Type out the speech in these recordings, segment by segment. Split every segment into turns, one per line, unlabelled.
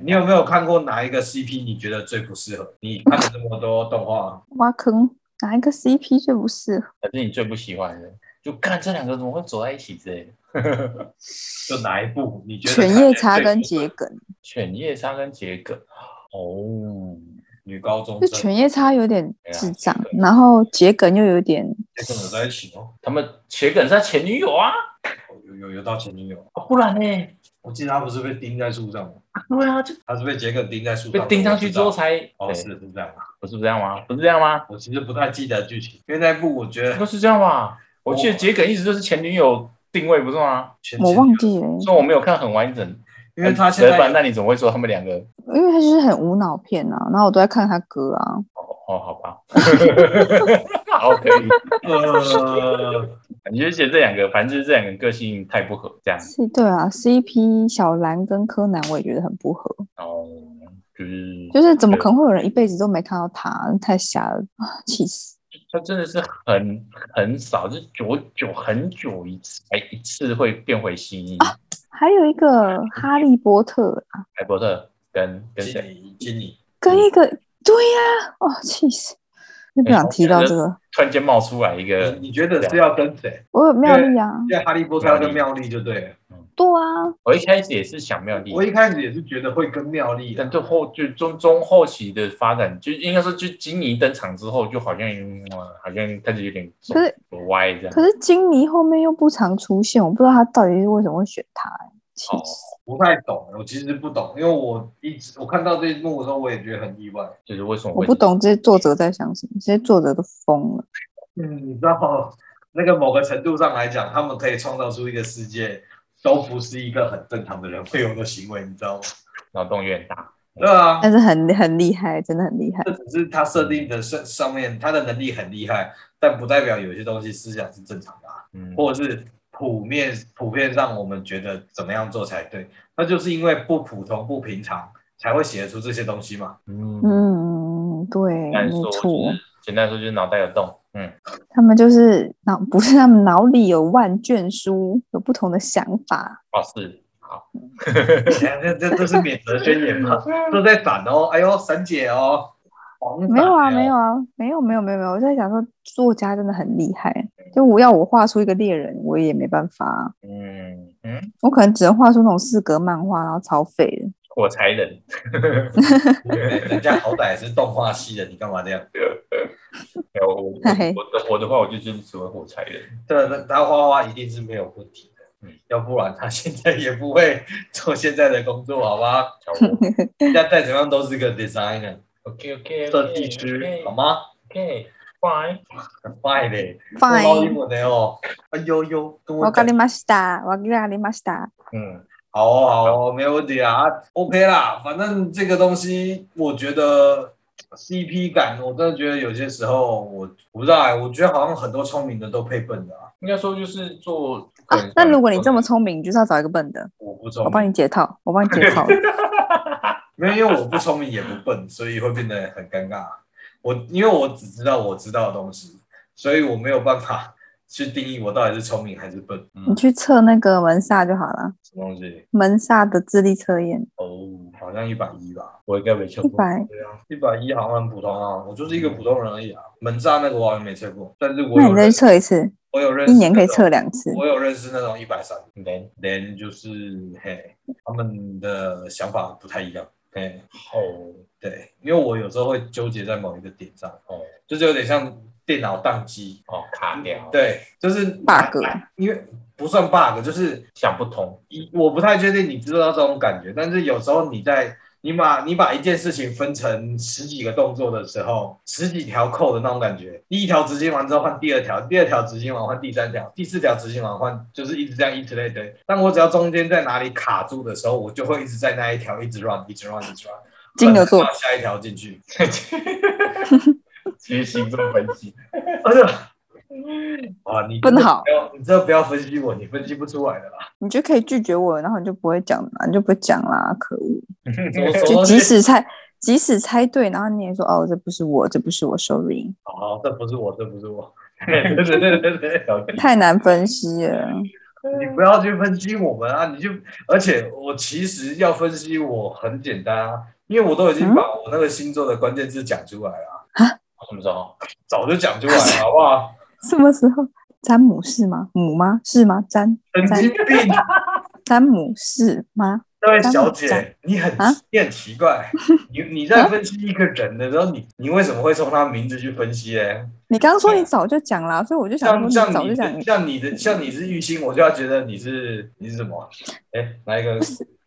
你有没有看过哪一个 CP 你觉得最不适合？你看了这么多动画，
挖坑，哪一个 CP 最不适合？
可是你最不喜欢的，就看这两个怎么会走在一起之类的。
就哪一部你觉得
犬
看起来
夜叉
最
跟
符合
桔梗，
犬夜叉跟桔梗，哦，
女高中
就
生
犬夜叉有点
啊
智障
对，
然后桔梗又有点
就跟我在一起哦，
他们桔梗是他前女友啊，
有有有到前女友，
啊不然呢、
我记得他不是被钉在树上吗？
对啊，就
他是被桔梗钉在树上
被
的，
盯上
我
去
知
之后
道
才，
哦，
对
是是这样啊。
不是这样吗？不是这样吗？
我其实不太记得剧情，因为那一部我觉
不
得
是这样吧？我记得
我
桔梗一直就是前女友定位，不是吗？
全
我忘，记了，
虽然我没有看很完整，
因为他现
折半，
在
那你怎么会说他们两个？
因为他就是很无脑片啊，然后我都在看他歌啊，
哦，好 吧，好可以。
呃，
你就觉得这两个，反正就是这两个个性太不合，这样。
是对啊，CP 小兰跟柯南我也觉得很不合，
然后哦就是
就是怎么可能会有人一辈子都没看到他，太瞎了，啊气死！
他真的是很很少，就是久久很久一次，才一次会变回蜥蜴。
还有一 个哈利波特啊，
海伯特跟跟
经
谁？
理经理，
跟一
嗯
个对呀、哦气死！就
哎
不想提到这个，
突然间冒出来一个，
你你觉得是要跟谁？
我有妙丽啊，
因为哈利波特要跟妙丽就对了。
对啊，
我一开始也是想妙丽，
我一开始也是觉得会跟妙丽啊的
但，最后就中中后期的发展，就应该说，就金妮登场之后，就好像哇好像开始有点走
可是
走歪这样。
可是金妮后面又不常出现，我不知道他到底是为什么会选他、欸，气
哦
死！
不太懂，我其实不懂，因为我一直我看到这一幕的时候，我也觉得很意外。
就是为什么
我
会
不？懂这些作者在想什么，这些作者都疯了。
嗯，你知道，那个某个程度上来讲，他们可以创造出一个世界，都不是一个很正常的人会有的行为，你知道吗？
脑洞有点大。
对啊，
但是很很厉害，真的很厉害
这。只是他设定的上上面，他的能力很厉害，但不代表有些东西思想是正常的、啊，
嗯，
或者是普面普遍让我们觉得怎么样做才对，那就是因为不普通不平常才会写得出这些东西 嘛。
嗯，
嗯，对，
简单
没
说就
错，
是简单说就是脑袋有洞。嗯，
他们就是脑不是他们脑里有万卷书，有不同的想法。
哦是，好，
哎这这这是免责宣言嘛？都在闪哦，哎呦，闪姐哦，狂闪
没有啊，
哎呦
没有啊，没有，没有，没有，没有。我在想说，作家真的很厉害。就我要我画出一个猎人，我也没办法啊、
嗯嗯，
我可能只能画出那种四格漫画，然后超废的。
火柴人，
人家好歹也是动画系的，你干嘛这样？
没有我我
嗨
我的我的话，我就就是只会火柴人。
对，那他画画一定是没有问题的，
嗯
要不然他现在也不会做现在的工作，好吧？
小我
人家再怎么样都是个 designer
OK OK，
设计师，
嗯
好吗？
？OK fine，
很快嘞，我老英
Fine，
文的哦，哎呦呦，跟我
我咖
讲
喱，马西达，我咖喱马西达。
嗯，
好哦好哦，没问题啊，OK 啦，反正这个东西我觉得 CP 感，我真的觉得有些时候我我不知道哎，我觉得好像很多聪明的都配笨的啊，
应该说就是做
啊，那如果你这么聪明，你就是要找一个笨的。
我不聪
我帮
明，
你 解套，我帮你解套。
没有，因为我不聪明也不笨，所以会变得很尴尬。我因为我只知道我知道的东西，所以我没有办法去定义我到底是聪明还是笨。
你去测那个门萨就好了，
什么东西？
门萨的智力测验，
哦，
好像一百一吧，
我应该没去
一
过。
百。
对啊，一百一好像很普通啊，我就是一个普通人而已啊。门栅那个我好像没测过，但是我
那
有
你再
认
去测一次，
我有认识
一年可
那
以
种
测两次。
我有认识那种一百三，
能
连就是嘿，他们的想法不太一样，嘿，
哦
对，因为我有时候会纠结在某一个点上，
哦
就是有点像电脑宕机，
哦卡掉，，
嗯对，就是
bug
因为不算 bug，就是
想不通，
一我不太确定你知不知道这种感觉，但是有时候你在你把你把一件事情分成十几个动作的时候，十几条扣的那种感觉，第一条执行完之后换第二条，第二条执行完换第三条，第四条执行完换，就是一直这样一直类推。但我只要中间在哪里卡住的时候，我就会一直在那一条一直 run 一直 run 一直 run，
金牛座
不然就到下一条进去，
其实星座分 析，
哎呀，哇，你
笨好
不要，你这不要分析我，你分析不出来的 啦。
你就可以拒绝我，然后你就不会讲啦，你就不会讲啦，可恶！
我
就
说
即使猜，即使猜对，然后你也说哦，这不是我，这不是我，sorry，
哦好，这不是我，这不是我。对对对对对，
太难分析了。
你不要去分析我们啊，你就而且我其实要分析我很简单啊，因为我都已
嗯
经把我那个星座的关键字讲出来了，
我怎么知道？
早就讲出来了，好不好？
什么时候？詹姆士吗？母吗？是吗？詹
神 经病，
詹姆士吗？
这位
詹姆
小
詹
姐，你很
啊
你很奇怪，你你在分析一个人的时候，你你为什么会从他名字去分析呢？
你刚刚说你早就讲了、啊所以我就想说
像像
早就
你
讲
的像你的像你是玉星，我就要觉得你是你是什么？哎，哪一个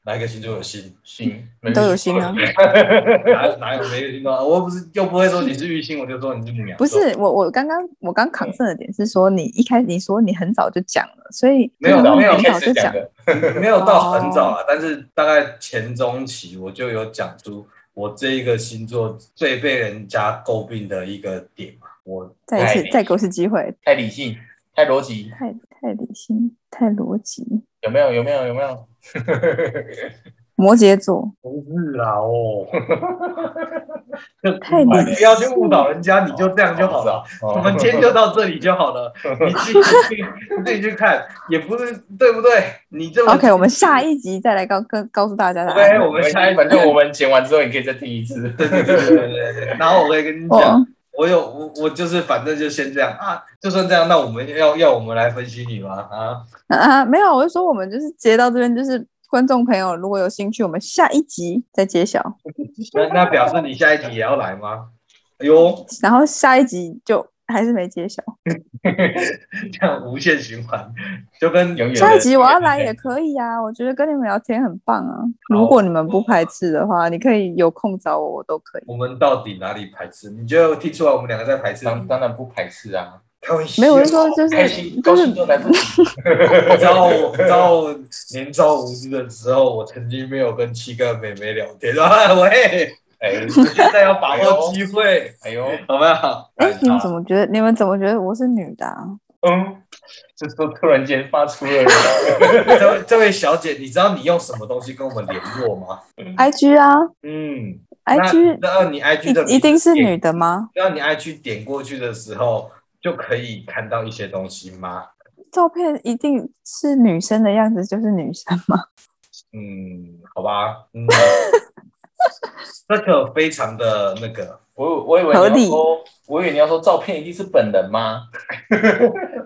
哪一个星座有星？
心
都有心啊。
哪哪有没有听到？我又不是又不会说你是玉星，我就说你是母羊。
不是我，我刚刚我刚 concern 的点是说，你一开始你说你很早就讲了，所以
没有
你
没有
很
一开
早
始
就
讲
讲，
的，
没有到很早啊，但是大概前中期我就有讲出我这一个星座最被人家诟病的一个点嘛。我
再一
太
次再给我一次机会，
太理性，太逻辑，
太太理性，太逻辑。
有没有？有没有？有没有？
摩羯座
不是啊哦，
太理
你不要去误导人家，你就这样就好了。
哦。
我们今天就到这里就好 了，你自己去你自己去看，也不是对不对？你这么
，OK，我们下一集再来告告告诉大家答案。
OK，我们下一
反正我们剪完之后，你可以再听一次。
对对对对对对对。然后我可以跟你讲，
哦，
我有我我就是反正就先这样啊，就算这样，那我们要要我们来分析你吗？啊，
啊，没有，我就说我们就是接到这边，就是观众朋友如果有兴趣，我们下一集再揭晓，
那那表示你下一题也要来吗？哎呦，
然后下一集就还是没揭晓，
这样无限循环，就跟
永远的
下一集我要来也可以啊，我觉得跟你们聊天很棒啊，如果你们不排斥的话，你可以有空找我，我都可以。
我们到底哪里排斥？你就听出来我们两个在排斥？
当当然不排斥啊，
开玩笑，
没有，我是说就
开
是
心
就
高
是
兴就来不及。
你知道我，你知道我年少无知的时候，我曾经没有跟七个妹妹聊天啊！喂，
哎
现在要把握机会，
哎 呦，
好不好？
哎，你们怎么觉得你们怎么觉得我是女的啊？
嗯，这时候突然间发出了
这位这位小姐，你知道你用什么东西跟我们联络吗？
IG 啊
嗯
，IG
那那你 IG 的
一一定是女，的吗？
让你 IG 点过去的时候就可以看到一些东西吗？
照片一定是女生的样子，就是女生吗？
嗯，好吧，嗯，这个非常的那个，
我，我以为
合
你
理
要说，我以为你要说照片一定是本人吗？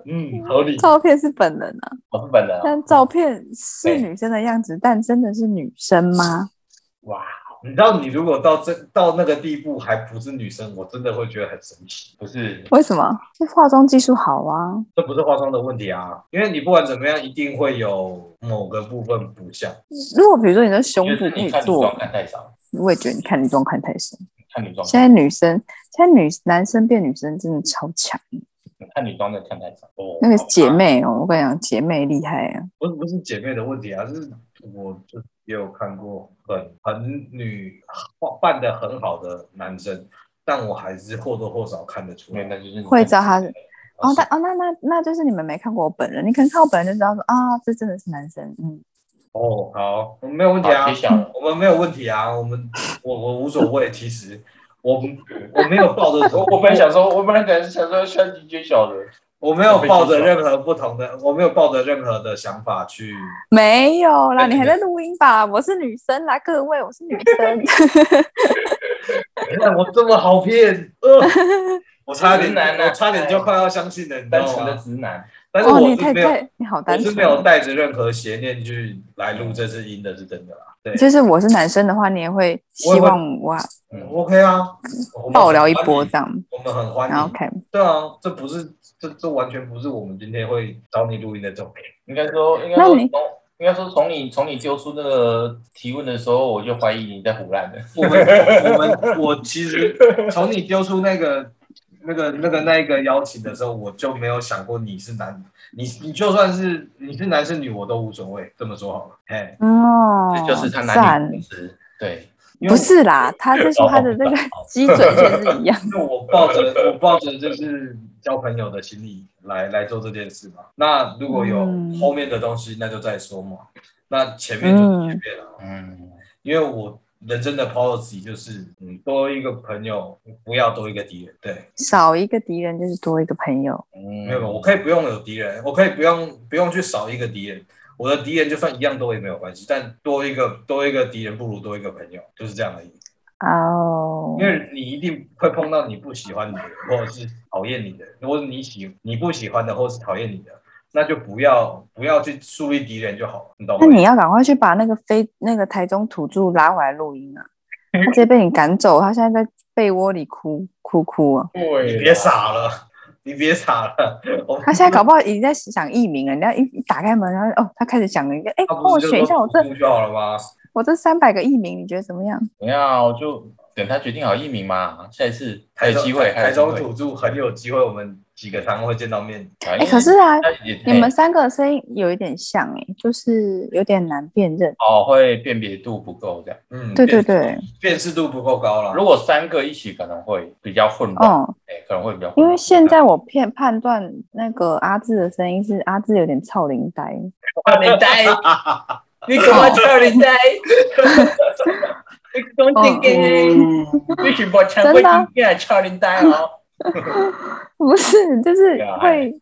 嗯，合理。
照片是本人啊，
我是本人啊，
但照片是
对
女生的样子，但真的是女生吗？
哇，
你知道，你如果到这到那个地步还不是女生，我真的会觉得很神奇。
不是，
为什么？这化妆技术好啊，
这不是化妆的问题啊，因为你不管怎么样，一定会有某个部分不像。
如果比如说你的胸
就
部
是
不
你看女装
做，
看太少，
我也觉得你看女装看太深。
看女装
现在女生，现在女男生变女生真的超强，
看女装的看太少。哦，
那个姐
好吧，
妹哦，我跟你讲，姐妹厉害啊。
不是不是姐妹的问题啊，就是我就也有看过很很女扮的很好的男生，但我还是或多或少看得出
没有
来。
那就是你
会知道他是哦，
是
但哦，那那那就是你们没看过我本人，你可能看我本人就知道说啊，这真的是男生，嗯，
哦，好，我们没有问题
好
啊
揭，晓了，
我们没有问题啊，我们我我无所谓，其实我我没有抱着
我我本来想说，我本来可能是想说相机揭晓的，
我没有抱着任何不同的，我没有抱着任何的想法 去。
没有啦，
对
你还在录音吧？我是女生啦，各位，我是女生，
你看哎我这么好骗， 呃、我差点
直男，啊
我差点就快要相信了，你知
单
道
纯的
吗？
直男，
但是
哦，你
我是
太
没有，
太，你好
我
单
是
纯哦
没。有带着任何邪念去来录这次音的，是真的啦。对
就是我是男生的话，你也会希望我
嗯
，OK 啊，我们
爆料一波这样，
我们很欢
然后
迎。
看
对啊，这不是这这完全不是我们今天会找你录音的重点。
应该说，应该
那
说
你
从。应该说，从你从你丢出那个提问的时候，我就怀疑你在胡乱的。
我们我们我其 实从你丢出那个那个那个那一个邀请的时候，我就没有想过你是男，你你就算是你是男是女，我都无所谓。这么说好了，哎，
嗯哦
这，就是他男
赞
女，之对，
因为哦
不是啦，他是说他的那个基准线是一样，
因为我抱着我抱着就是交朋友的心理来来做这件事嘛。那如果有
嗯
后面的东西，那就再说嘛。那前面就是前面了，
嗯，
因为我人生的 policy 就是，嗯，多一个朋友，不要多一个敌人。对，
少一个敌人就是多一个朋友。
没有，我
嗯，
可以不用有敌人，我可以不用不用去少一个敌人。我的敌人就算一样多也没有关系，但多一个多一个敌人不如多一个朋友，就是这样而已。
哦
因，为你一定会碰到你不喜欢你的人，或者是讨厌你的人，或者你喜你不喜欢的，或者是讨厌你的，那就不要不要去树立敌人就好了，你懂吗？
那你要赶快去把那个非那个台中土著拉回来录音 啊！他直接被你赶走，他现在在被窝里哭哭哭啊！
对，
你别，傻了，你别傻了，我
他现在搞不好已经在想艺名了，人家一一打开门，然后哦，他开始想了一个，哎、
他
帮
不
我
是就
选一下我
说嗯
这
不就好了吗？
我这三百个艺名，你觉得怎么样？
怎样？我就等他决定好艺名嘛，下一次还
台
有
中
机会，还
台
有机
中
会
土著很有机会，我们几个常会见到面。
哎
哎、可是啊，你
你
们三个的声音有一点像、哎，就是有点难辨认。
哦会辨别度不够这样，
嗯，
对对
辨，
对，
辨识度不够高了。
如果三个一起可能会比较混乱，
哦，
哎、可能会比较混乱
因为现在我片判断那个阿志的声音是阿志有点操龄呆，
你 呆，你干嘛叫 你呆？你东西给，你是把钱
哦真的啊
给叫你呆哦？
不是，就是
对啊
会，
哎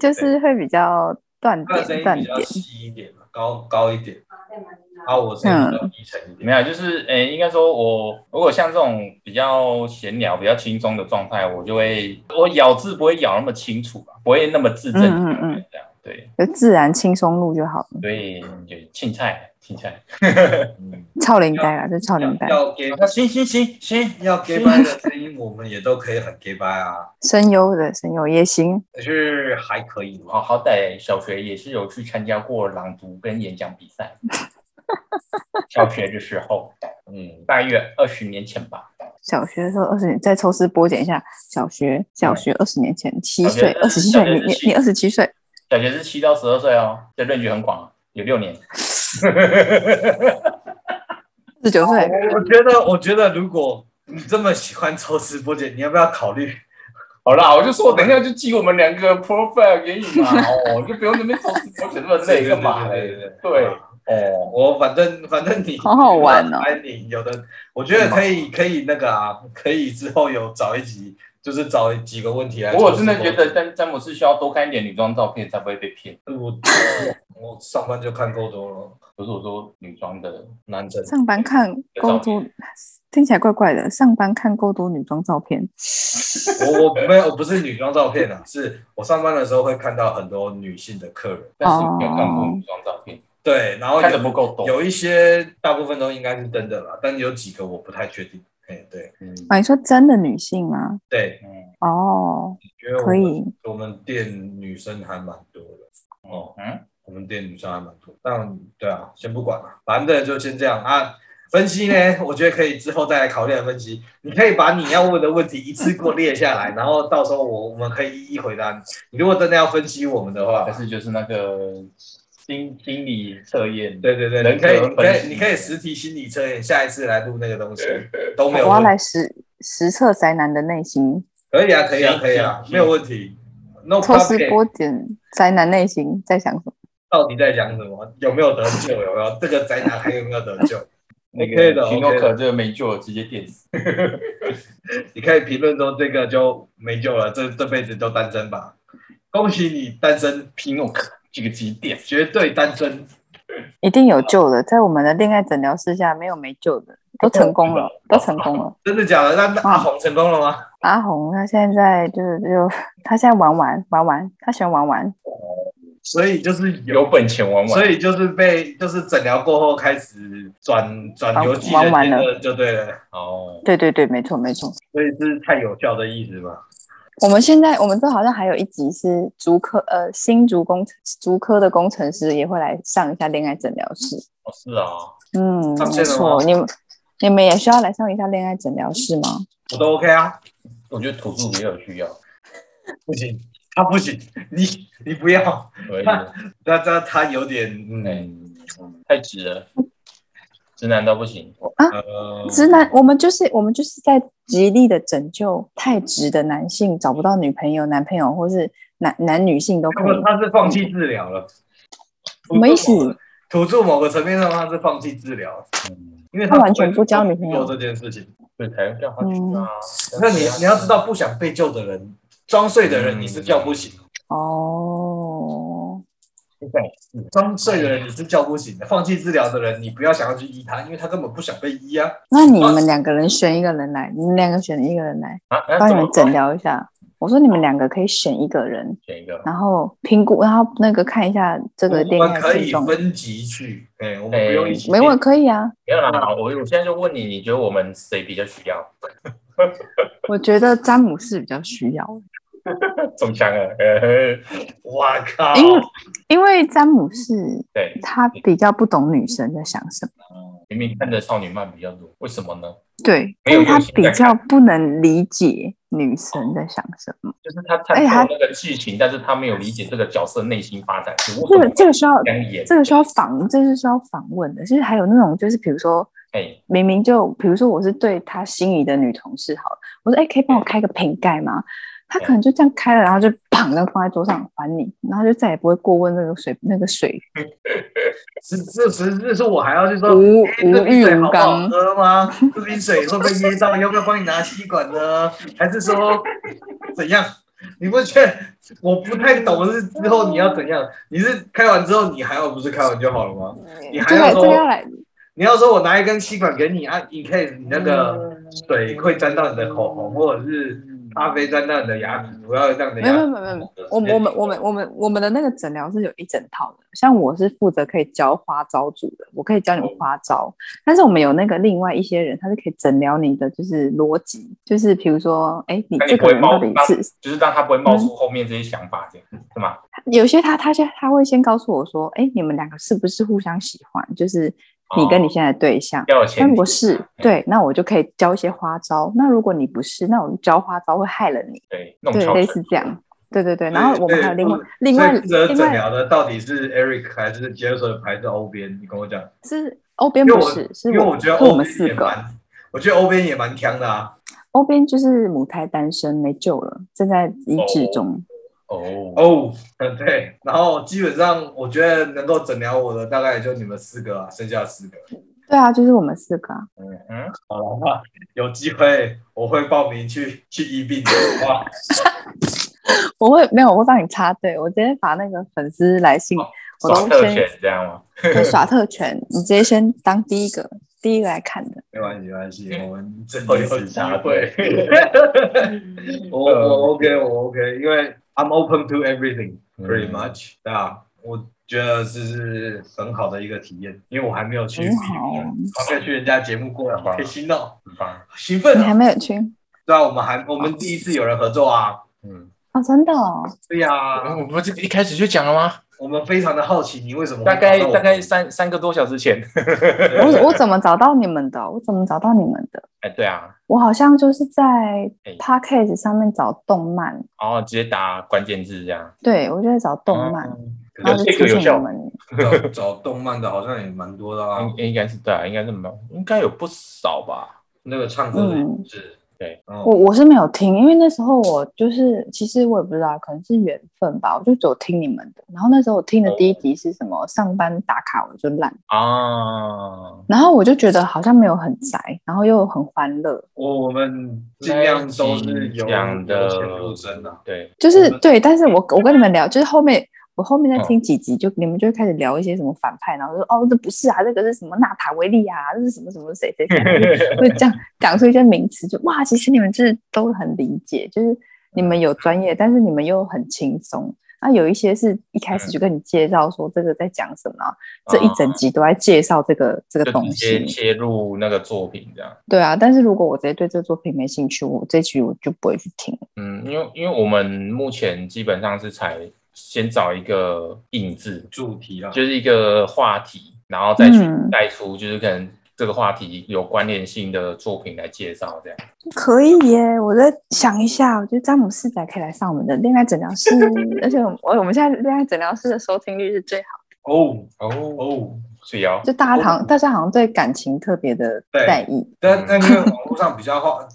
就是会比较断
他的声
点
音
断
比较
点。
细一点嘛，高高一点。啊，我声
嗯
音比较低沉一点。
没有，就是诶、应该说我如果像这种比较闲聊、比较轻松的状态，我就会我咬字不会咬那么清楚吧，不会那么字正腔
嗯嗯
圆这样。对，
就自然轻松录就好了。
所以就青菜，青菜。
嗯，
超龄呆啦，就超龄呆，
要给
那行行行行，
要 gay bye 的声音，我们也都可以很 gay bye 啊，
声优的声优也行。
可是还可以
好
嘛。
哦好歹小学也是有去参加过朗读跟演讲比赛，小学的时候，嗯，大约二十年前吧，
小学的时候二十年，再抽丝剥茧一下，小学小学二十年前七岁，
小学
二十七岁，你
小学
你
是
你二十七岁，
小学是七到十二岁哦，这论据很广啊，有六年。
十九岁，
我觉得，我觉得如果你这么喜欢抽丝剥茧，你要不要考虑？
好啦，我就说等一下就寄我们两个 profile 给你嘛，哦，就不用那边抽丝剥茧那么累干嘛嘞？对，哦，
啊我反正反正你
好好玩哦
哎，你有的，我觉得可以可以那个啊，可以之后有找一集，就是找几个问题来
不
抽丝剥茧。
过我真的觉得詹詹姆斯需要多看一点女装照片才不会被骗。
我我上班就看够多了，
不是我说女装的
男生
上班看勾
照
多，听起来怪怪的。上班看勾多女装照片，
我我没有不是女装照片啊，是我上班的时候会看到很多女性的客人，
但是没有看过女装照片，
对，然后
看的
有
不够多。
有一些大部分都应该是真的啦，但有几个我不太确定。哎，对
嗯
啊，你说真的女性吗？
对，
嗯
哦，
因为我
可
们
以，
我们店女生还蛮多的，
哦嗯，
我们店女生还蛮多，但对啊，先不管了，反正就先这样啊。分析呢，我觉得可以之后再来考虑来分析。你可以把你要问的问题一次过列下来，然后到时候我我们可以一一回答你。如果真的要分析我们的话
但，哦是就是那个心心理测验，
对对对，
人
你可以
格
你可
分析
以你可以实体心理测验，下一次来录那个 东西都
我
没有
要
问题。
来实实测宅男的内心，
可以啊，可以啊，可以啊，
行
没有问题。No
抽丝
problem。
剥茧，宅男内心在想什么？
到底在讲什么？有没有得救？有没有这个宅男还有没有得救？
那
OK 的
个皮诺
OK 的
可这个没救了，直接电死。
你可以评论说这个就没救了，这这辈子都单身吧。恭喜你单身，
皮诺可这个直接电死。
绝对单身。
一定
嗯
有救的，在我们的恋爱诊疗室下，没有没救的，都成功了，都成功了。
真的假的？那那
啊
阿红成功了吗？
阿红他现在就是就他现在玩玩玩玩，他喜欢玩玩，
所以就是有，
有本钱玩玩，
所以就是被就是诊疗过后开始转转游戏的
玩玩
阶
了
段就对了，
哦，
对对对，没错没错。
所以是太有效的意思嘛。
我们现在我们这好像还有一集是竹科呃新竹工程竹科的工程师也会来上一下恋爱诊疗室，
哦是啊，
嗯，
上线了
没
吗
错，你们你们也需要来上一下恋爱诊疗室吗？
我都 OK 啊，
我觉得土著也有需要，
不行，他不行，你你不要，
所以
那他他有点嗯
嗯，太直了，直男都不行，
啊
呃
直男，我们就是我们就是在极力的拯救太直的男性找不到女朋友、男朋友，或是男男女性都
他
可以
们。他是放弃治疗了，
什么意思？
土著某个层面上他是放弃治疗，
嗯，
因为
他完全不交女朋友
做这件事情。
对，才叫
嗯
他去啊。
那你你要知道，不想被救的人，装睡的人
嗯
你是叫不醒，
哦，
现在也是
装睡的人你是叫不醒的，放弃治疗的人你不要想要去医他，因为他根本不想被医啊。
那你们两个人选一个人来，你们两个选一个人来，
啊，那
帮你
怎么
们诊疗一下。我说你们两个可以选一个人，
选一个？
然后评估，然后那个看一下这个
我
恋
们
爱
可
症
以
状。
分级去，哎，我们
哎
不用一起。
没问可以啊，
没有啦，我我现在就问你，你觉得我们谁比较需要？
我觉得詹姆士比较需
哦
要，
中枪了，呃
哇靠！
因为因为詹姆士
对，
他比较不懂女生在想什么，
明明看的少女漫比较多，为什么呢？
对，
没
但
有
是他
用心
比
在
较不能理解女生在想什么。
就是他探
哎他
索那个剧情，但是他没有理解这个角色内心发展是为
这
什
个
么
这个需要
这样演。
这个需要访，这是需要访问的。就是还有那种，就是比如说，
哎，
明明就比如说我是对他心仪的女同事好了，我说哎、可以帮我开个瓶盖吗？他可能就这样开了，然后就砰，然后放在桌上还你，然后就再也不会过问那个水那个水
是是是，这是我还要去说，
无
哎这
无
瓶
欲
水
无
好不好
刚。
喝吗？这瓶水会不会噎到？要不要帮你拿吸管呢？还是 说怎样？你不觉得我不太懂是之后你要怎样？你是开完之后你还要不是开完就好了吗？你还
这
要
个
说
这个要来，
你要说我拿一根吸管给你啊，你可以你那
嗯
个水会沾到你的口红，或者是咖啡沾到你的牙齿，不要让你的
没有
牙
没
齿。
有没有没有没有，我们我们我们我们我们的那个诊疗是有一整套的，像我是负责可以教花招组的，我可以教你们花招，但是我们有那个另外一些人，他是可以诊疗你的就是逻辑，就是比如说，哎，你
那你
这
不
个
会
人
冒
到底
犯
是
就是让他不会冒
嗯
出后面这些想法，这样是吗？
有些他他先他会先告诉我说，哎，你们两个是不是互相喜欢？就是你跟你现在的对象。
要有
那
前
如
提哎
果，哎是对，那我就可以教一些花招。那如果你不是，那我就教花招会害了你。
对，弄
对，
巧
类
成拙
似这样。对对对，然后我们还有另外
对
另外
所以负责
另
诊
外
疗的到底是 Eric 还是 Jason 还是欧边？你跟我讲。
是欧边
因为
不
我
是，是
因为我觉得
是
欧
我们
边
四
也
个。
蛮，我觉得欧边也蛮强的啊。
欧边就是母胎单身，没救了，正在医治中。
哦，
哦，嗯，对。然后基本上我觉得能够诊疗我的大概也就你们四个啊，剩下四个。
对啊，就是我们四个啊。
嗯，
好了，那有机会我会报名去去医病的。哇，
我会没有，我会帮你插队。我直接把那个粉丝来信，
哦
我
耍
都
特
先
权这样吗？
对耍特权，你直接先当第一个，第一个来看的。
没关系，没关系，我们整
会
体
嗯哦有
是
机会。 嗯
我我 OK，我 OK，因为 I'm open to everything pretty
嗯
much，、对啊，我觉得这是很好的一个体验，因为我还没有去，
很好哦
还没有去人家节目过
啊好，啊
开心哦，
很棒，
兴奋
你
哦、
还没有去
对啊，我们还我们第一次有人合作啊，
嗯，
哦？真的哦？
对呀、
我不是一开始就讲了吗？
我们非常的好奇你为什么会
大概
找到我
大概三三个多小时前，
我我怎么找到你们的？我怎么找到你们的？
哎，对啊，
我好像就是在
哎
podcast 上面找动漫，
然后直接打关键字这样，
对我就在找动漫，
哦
然
有
后就
这
出
个有
现
效
你，们。
找找动漫的好像也蛮多的啊
应，应该是对啊，应该是没有，应该有不少吧？
那个唱歌的也是，
对
嗯，
我我是没有听，因为那时候我就是其实我也不知道，可能是缘分吧，我就只有听你们的。然后那时候我听的第一集是什么？上班打卡我就烂，
啊，
然后我就觉得好像没有很宅，然后又很欢乐，
我我们尽量都是有
讲的
有钱入真的、啊。
对，
就是
我们嗯
对。但是我我跟你们聊，就是后面我后面再听几集，就你们就会开始聊一些什么反派，然后就说哦这不是啊，这个是什么纳塔维利啊，这是什么什么谁谁谁，会这样讲出一些名词，就哇，其实你们就是都很理解，就是你们有专业，但是你们又很轻松。那有一些是一开
嗯
始就跟你介绍说这个在讲什么，这一整集都在介绍这个这个
哦就
东
直
西，
接切入那个作品这样。
对啊。但是如果我直接对这个作品没兴趣，我这集我就不会去听。
嗯，因为因为我们目前基本上是采先找一个印字，
主题啊，
就是一个话题，然后再去
嗯
带出就是可能这个话题有关联性的作品来介绍这样。
可以耶，我在想一下，我觉得詹姆斯仔可以来上我们的恋爱诊疗室，而且我们我们现在恋爱诊疗室的收听率是最好，
哦
哦哦，
哦，
所以哦，
就大家好像大家好像对感情特别的
对
在意。
但
嗯
但因为网络上比较话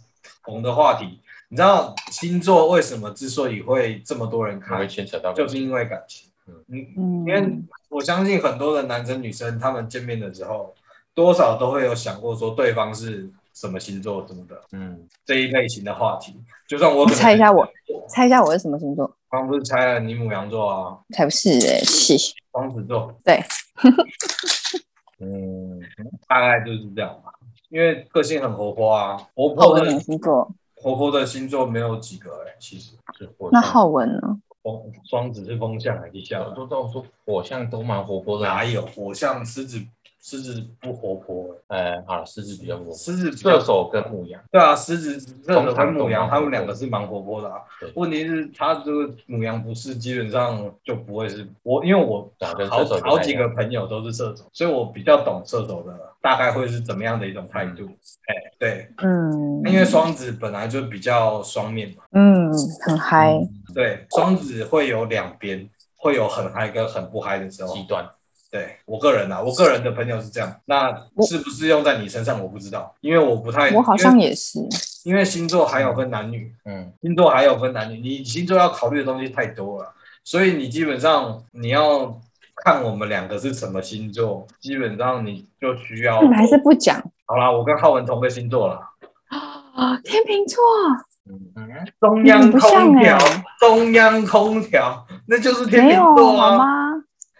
红的话题，你知道星座为什么之所以会这么多人
可能
看
会，牵扯到
就是因为感情
嗯。
嗯，
嗯，
因为我相信很多的男生女生他们见面的时候，多少都会有想过说对方是什么星座什么的
嗯，
这一类型的话题。就算我可能
猜一下我，猜一下我是什么星座？
刚不是猜了你母羊座啊，
才不是哎、气
双子座，
对，
嗯，大概就是这样吧。因为个性很活泼啊，活
浩
泼
文什
的
么星座？
活泼的星座没有几个哎、其实是火
那
象
浩文呢？
风双子是风象还是地象
我？都都说火象都蛮活泼的啊
哪，有火象狮子？狮子不活泼、欸
呃，好了，狮子比较活泼，
狮子比较
射手跟牧羊，
对啊，狮子、射手跟母羊，他们
通常都蛮活泼的
两个是蛮活泼的啊
对。
问题是，他这个母羊不是，基本上就不会是我，因为我
对啊跟
好
射手不太一样
好几个朋友都是射手，所以我比较懂射手的大概会是怎么样的一种态
嗯
度。哎、对，
嗯，
因为双子本来就比较双面嘛，
嗯很嗨，
嗯
对，双子会有两边，会有很嗨跟很不嗨的时候
极。端，
对我个人啊，我个人的朋友是这样，那
我
是不是用在你身上我不知道，因为我不太，
我好
因
像
为
也是，
因为星座还有分男女。
嗯，
星座还有分男女，你星座要考虑的东西太多了，所以你基本上你要看我们两个是什么星座，基本上你就需要
你们还是不讲
好啦，我跟浩文同个星座啦，
啊？天秤座，
嗯嗯，
中央空
你
调
很不像欸，
中央空调，那就是天
没有
秤座
好
啊。
吗？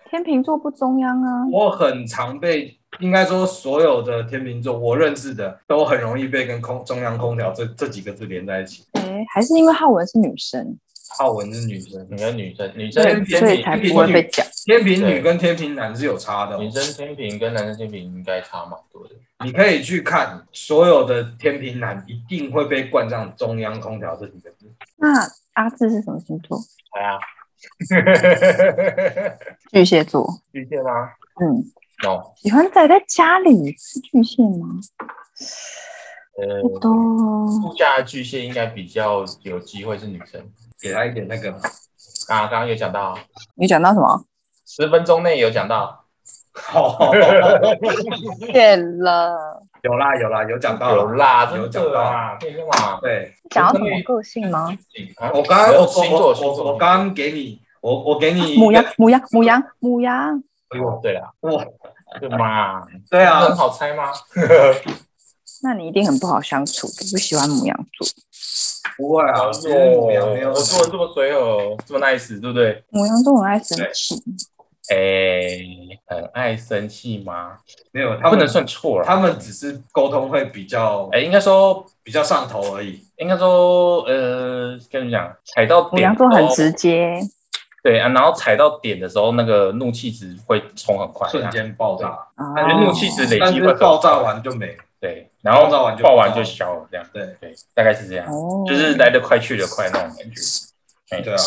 天秤座不中央啊，
我很常被，应该说所有的天秤座我认识的都很容易被跟空中央空调这这几个字连在一起。
哎、还是因为浩文是女生，
浩文是女生，
你的女生，女生
对
对，
天秤
所以才不会被讲。
天秤女
对
跟天秤男是有差的哦、
女生天平跟男生天平应该差蛮多的，
你可以去看所有的天平男，一定会被冠上“中央空调”这几个字。
那阿志是什么星座？
哎呀，
巨蟹座。
巨蟹啦
嗯，
，no，
喜欢宅在家里是巨蟹吗？不
呃，
多。
度假巨蟹应该比较有机会是女生，
给他一点那 个，
啊，刚刚有讲到啊，
你讲到什么？
十分钟内有讲 到，
谢了。
有啦有啦，有讲到
有
了。
啦，
有
真
讲到
的啊，可以干嘛？
对，
讲到什么个性吗？
啊
我刚刚
没
我
有星
我
座星
我
座
我刚刚给你，我我给你一个
母羊，，母羊，母羊，母羊。
哎呦
对啦，
哇，
对嘛，
对
这很
啊，
好猜吗？
那你一定很不好相处，不喜欢母羊座。
不会啊，
哎
其
呦
实母羊没有
我做人这么随和，这么 nice，对不对？
母羊座很爱生气，
哎，很爱生气吗？
没有，他
不能
们
算错了，
他们只是沟通会比较
哎，应该说，
比较上头而已。
应该说，呃，跟你讲，踩到
母
点
羊
的
座很
时候
直接。
对啊，然后踩到点的时候，那个怒气值会冲很快，
瞬间爆炸，啊
哦
感觉怒气值累
但
积
是
会很
爆炸，完就没了。
对，然后
爆炸完就
爆完就消了，这样，
对
对，大概是这样，
哦
就是来得快去得快那种感觉。哎
对啊，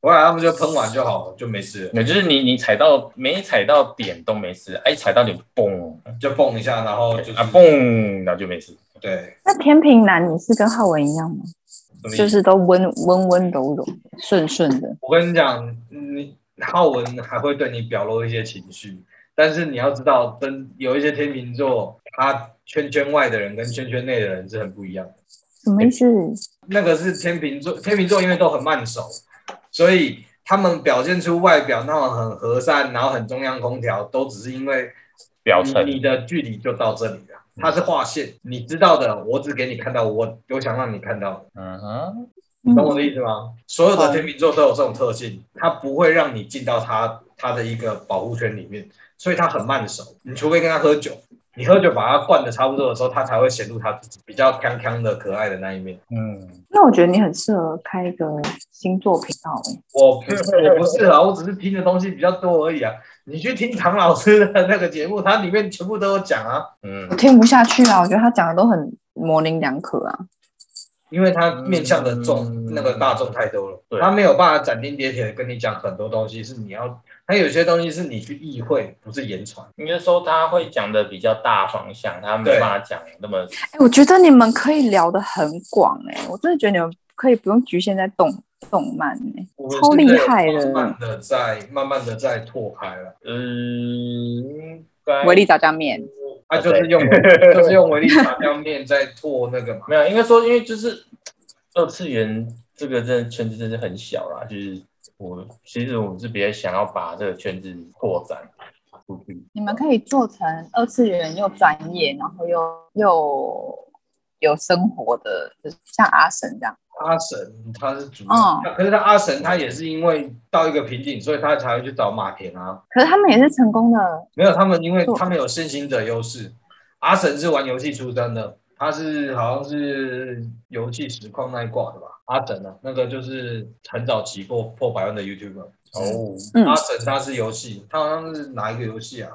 不然他们就喷完就好了，就没事了，
也就是你你踩到没踩到点都没事，哎，踩到点嘣
就蹦一下，然后就是
啊嘣，然后就没事。
对，
那天平男，你是跟浩文一样吗？
什么意思
就是都温温温柔柔、顺顺的。
我跟你讲，你浩文还会对你表露一些情绪，但是你要知道，跟有一些天秤座，他圈圈外的人跟圈圈内的人是很不一样的。
什么意思？
那个是天秤座，天秤座因为都很慢熟，所以他们表现出外表那种很和善，然后很中央空调，都只是因为
表层
嗯
你你的距离就到这里了。它是划线，你知道的，我只给你看到我我想让你看到的。
嗯哼，
你
嗯
懂我的意思吗？所有的
嗯
天秤座都有这种特性，它不会让你进到它它的一个保护圈里面，所以它很慢熟。你除非跟它喝酒，你喝酒把它灌的差不多的时候，它才会显露它自己比较康康的、可爱的那一面。
嗯，
那我觉得你很适合开一个星座频道欸诶、
我我不是啊，我只是听的东西比较多而已啊。你去听唐老师的那个节目，它里面全部都有讲啊，
嗯
我，听不下去啊，我觉得他讲的都很模棱两可啊。
因为它面向的众、
嗯
那个大众太多了，
对
它没有办法斩钉截铁的跟你讲很多东西，是你要，它有些东西是你去意会，不是言传。
应该说他会讲的比较大方向，他没
对
办法讲那么
哎、我觉得你们可以聊得很广哎、我真的觉得你们可以不用局限在动动漫哎、
我们
超厉害
现在有慢
的
慢。的在慢慢的在拓开了，
嗯，呃应该
维力炸酱面，
啊，
啊
就
对
是用 就是用维力炸酱面在拓那个嘛，
没有，应该说因为就是二次元这个真的圈子真的很小啦，就是我其实我是比较想要把这个圈子扩展。出去。
你们可以做成二次元又专业，然后又又有生活的，就是像阿神这样。
阿神他是主，
哦
可是他阿神他也是因为到一个瓶颈，所以他才会去找马田啊。
可是他们也是成功的，
没有，他们因为
做
他们有先行者优势。阿神是玩游戏出身的，他是好像是游戏实况那一挂的吧？阿神啊，那个就是很早期破破百万的 YouTuber。
哦，
嗯
阿神他是游戏，他好像是哪一个游戏啊？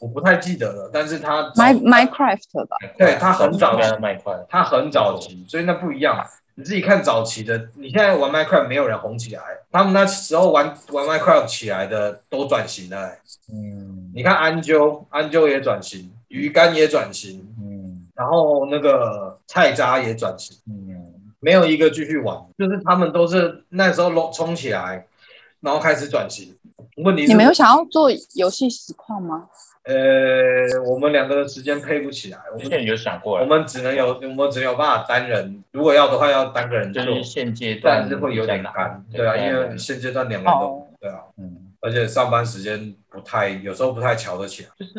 我不太记得了，但是他早
My Minecraft 吧？
对他很早
的卖块，
他很早期，所以那不一样。你自己看早期的，你现在玩 Minecraft 没有人红起来，他们那时候玩玩 Minecraft 起来的都转型了、欸
嗯
你看安啾，安啾也转型，鱼竿也转型，
嗯
然后那个菜渣也转型，
嗯，
没有一个继续玩，就是他们都是那时候冲冲起来，然后开始转型。问题是
你们有想要做游戏实况吗？
呃，我们两个的时间配不起来，我
之
们
前有想过
我，们只能有我们只有办法单人，如果要的话要单个人
就
做，
是现阶段
但是会有点干，对啊，因为现阶段两个人都
哦，
对啊，
嗯，
而且上班时间不太，有时候不太瞧得起来，
就是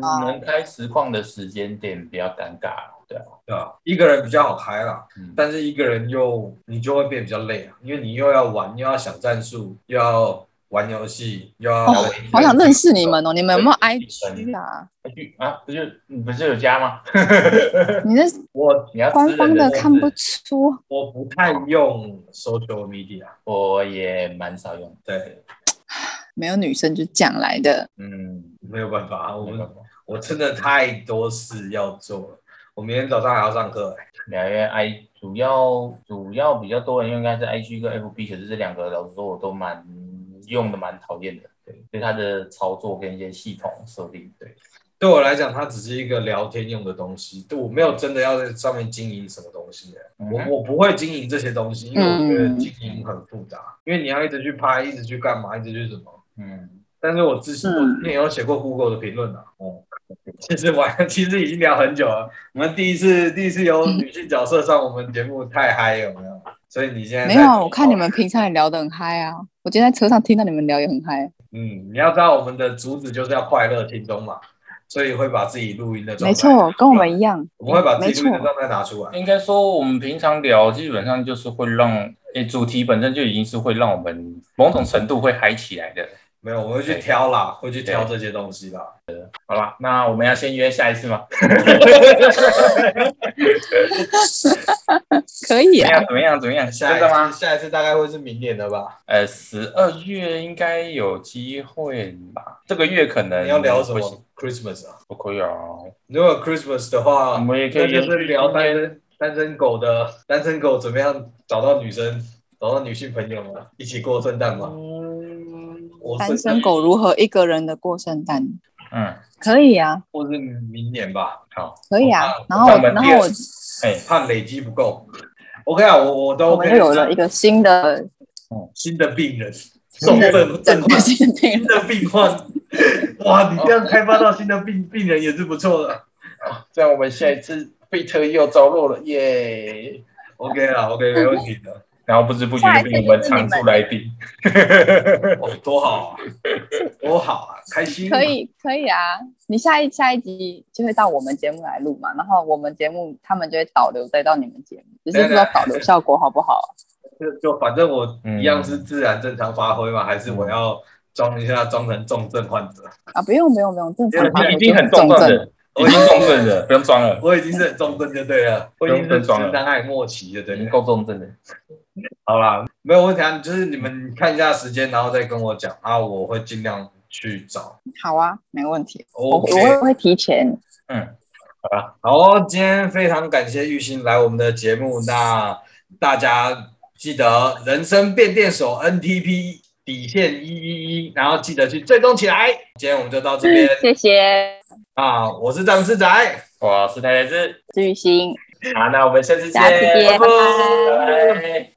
能开实况的时间点比较尴尬，对啊，
对啊，一个人比较好嗨啦，
嗯
但是一个人又你就会变比较累啊，因为你又要玩，又要想战术，又要玩游戏，又要
哦
聊
好想认识你
天
们哦！你们有没有
对一起
IG 啊？
去啊，不就你不是有加吗？
你那
我
你要私
官方
人
的
东西
看不出，
我不太用 social media，
我也蛮少用，
对，
没有女生就这样来的。
嗯，
没有办法，我
没办
们
法
我真的太多事要做了，我明天早上还要上课、欸，
两月 I 主要主要比较多人用应该是 IG 跟 FB，可是这两个老实说我都蛮用的蛮讨厌的，对，对它的操作跟一些系统设定，对，
对我来讲，它只是一个聊天用的东西，对我没有真的要在上面经营什么东西、欸
嗯
我我不会经营这些东西，因为我觉
嗯
得经营很复杂，因为你要一直去拍，一直去干嘛，一直去什么。
嗯，
但是我之前
嗯
我之前有写过 Google 的评论啊，哦，其实玩其实已经聊很久了。我们第一次第一次有女性角色上我们节目，太嗨有没有？所以你现在在
没有啊，我看你，们平常也聊得很嗨啊。我今天在车上听到你们聊也很嗨，
嗯，你要知道我们的主旨就是要快乐听众嘛，所以会把自己录音的状态，
没，错，跟我们一样。
我们会把自
没
己
错
录音的，状态拿出来。
应该说我们平常聊基本上就是会让，诶、主题本身就已经是会让我们某种程度会嗨起来的。
没有，我会去挑啦，会去挑这些东西啦。
好啦，那我们要先约下一次吗？
可以啊。
怎么样？怎么样？怎么样？
下
真
一
的吗？
次下一次大概会是明年的吧。
呃，十二月应该有机会吧？这个月可能
你要聊什
不行
么？Christmas 啊？
不可以啊。
如果 Christmas 的话，
我们也可以
那就是聊
今
单
天
身单身狗的单身狗怎么样找到女生，找到女性朋友嘛，一起过圣诞嘛。
嗯
我
哦单身，狗如何一个人的过圣诞？
嗯，
可以啊，
或是明年吧，
好，
可以啊
我。
然后我，
我
然后我，
哎、
怕累积不够。OK 啊，我我都
我
OK
们又有了一个新的
新的病人，
新
重
的
症
整
症
个
患，
新的病
新的病 患。哇，你这样开发到新的病病人也是不错的。
哦这样我们下一次费特又着落了耶。
OK 啦，OK 没问题的。
然后不知不觉就被我们常驻来宾，
哇，多好啊，多好啊，开心。
可。以可以啊，你下一下一集就会到我们节目来录嘛，然后我们节目他们就会导流再到你们节目，只是不知道导流效果好不好。
就就反正我
嗯
一样是自然正常发挥嘛，还是我要装一下装成重症患者？
啊，不用不用不用，正常发
已
挥就
经很重
重
症
症。
了，已经重症了，不用装了，
我已经是很重症就对了，我已经是直男癌末期就对
已经
了。
够重症了。
好啦，没有问题啊，就是你们看一下时间，然后再跟我讲啊，我会尽量去找。
好啊，没问题。我我
OK，
会会提前。
嗯，
好哦，今天非常感谢玉鑫来我们的节目，那大家记得人生变电所 NTP 底线一一一，然后记得去追踪起来。今天我们就到这边
嗯
谢谢
啊，我是詹姆斯仔。
我是太太子，
志宇星，
啊
好，那我们下次见，
下次见，拜
拜
拜。
拜拜。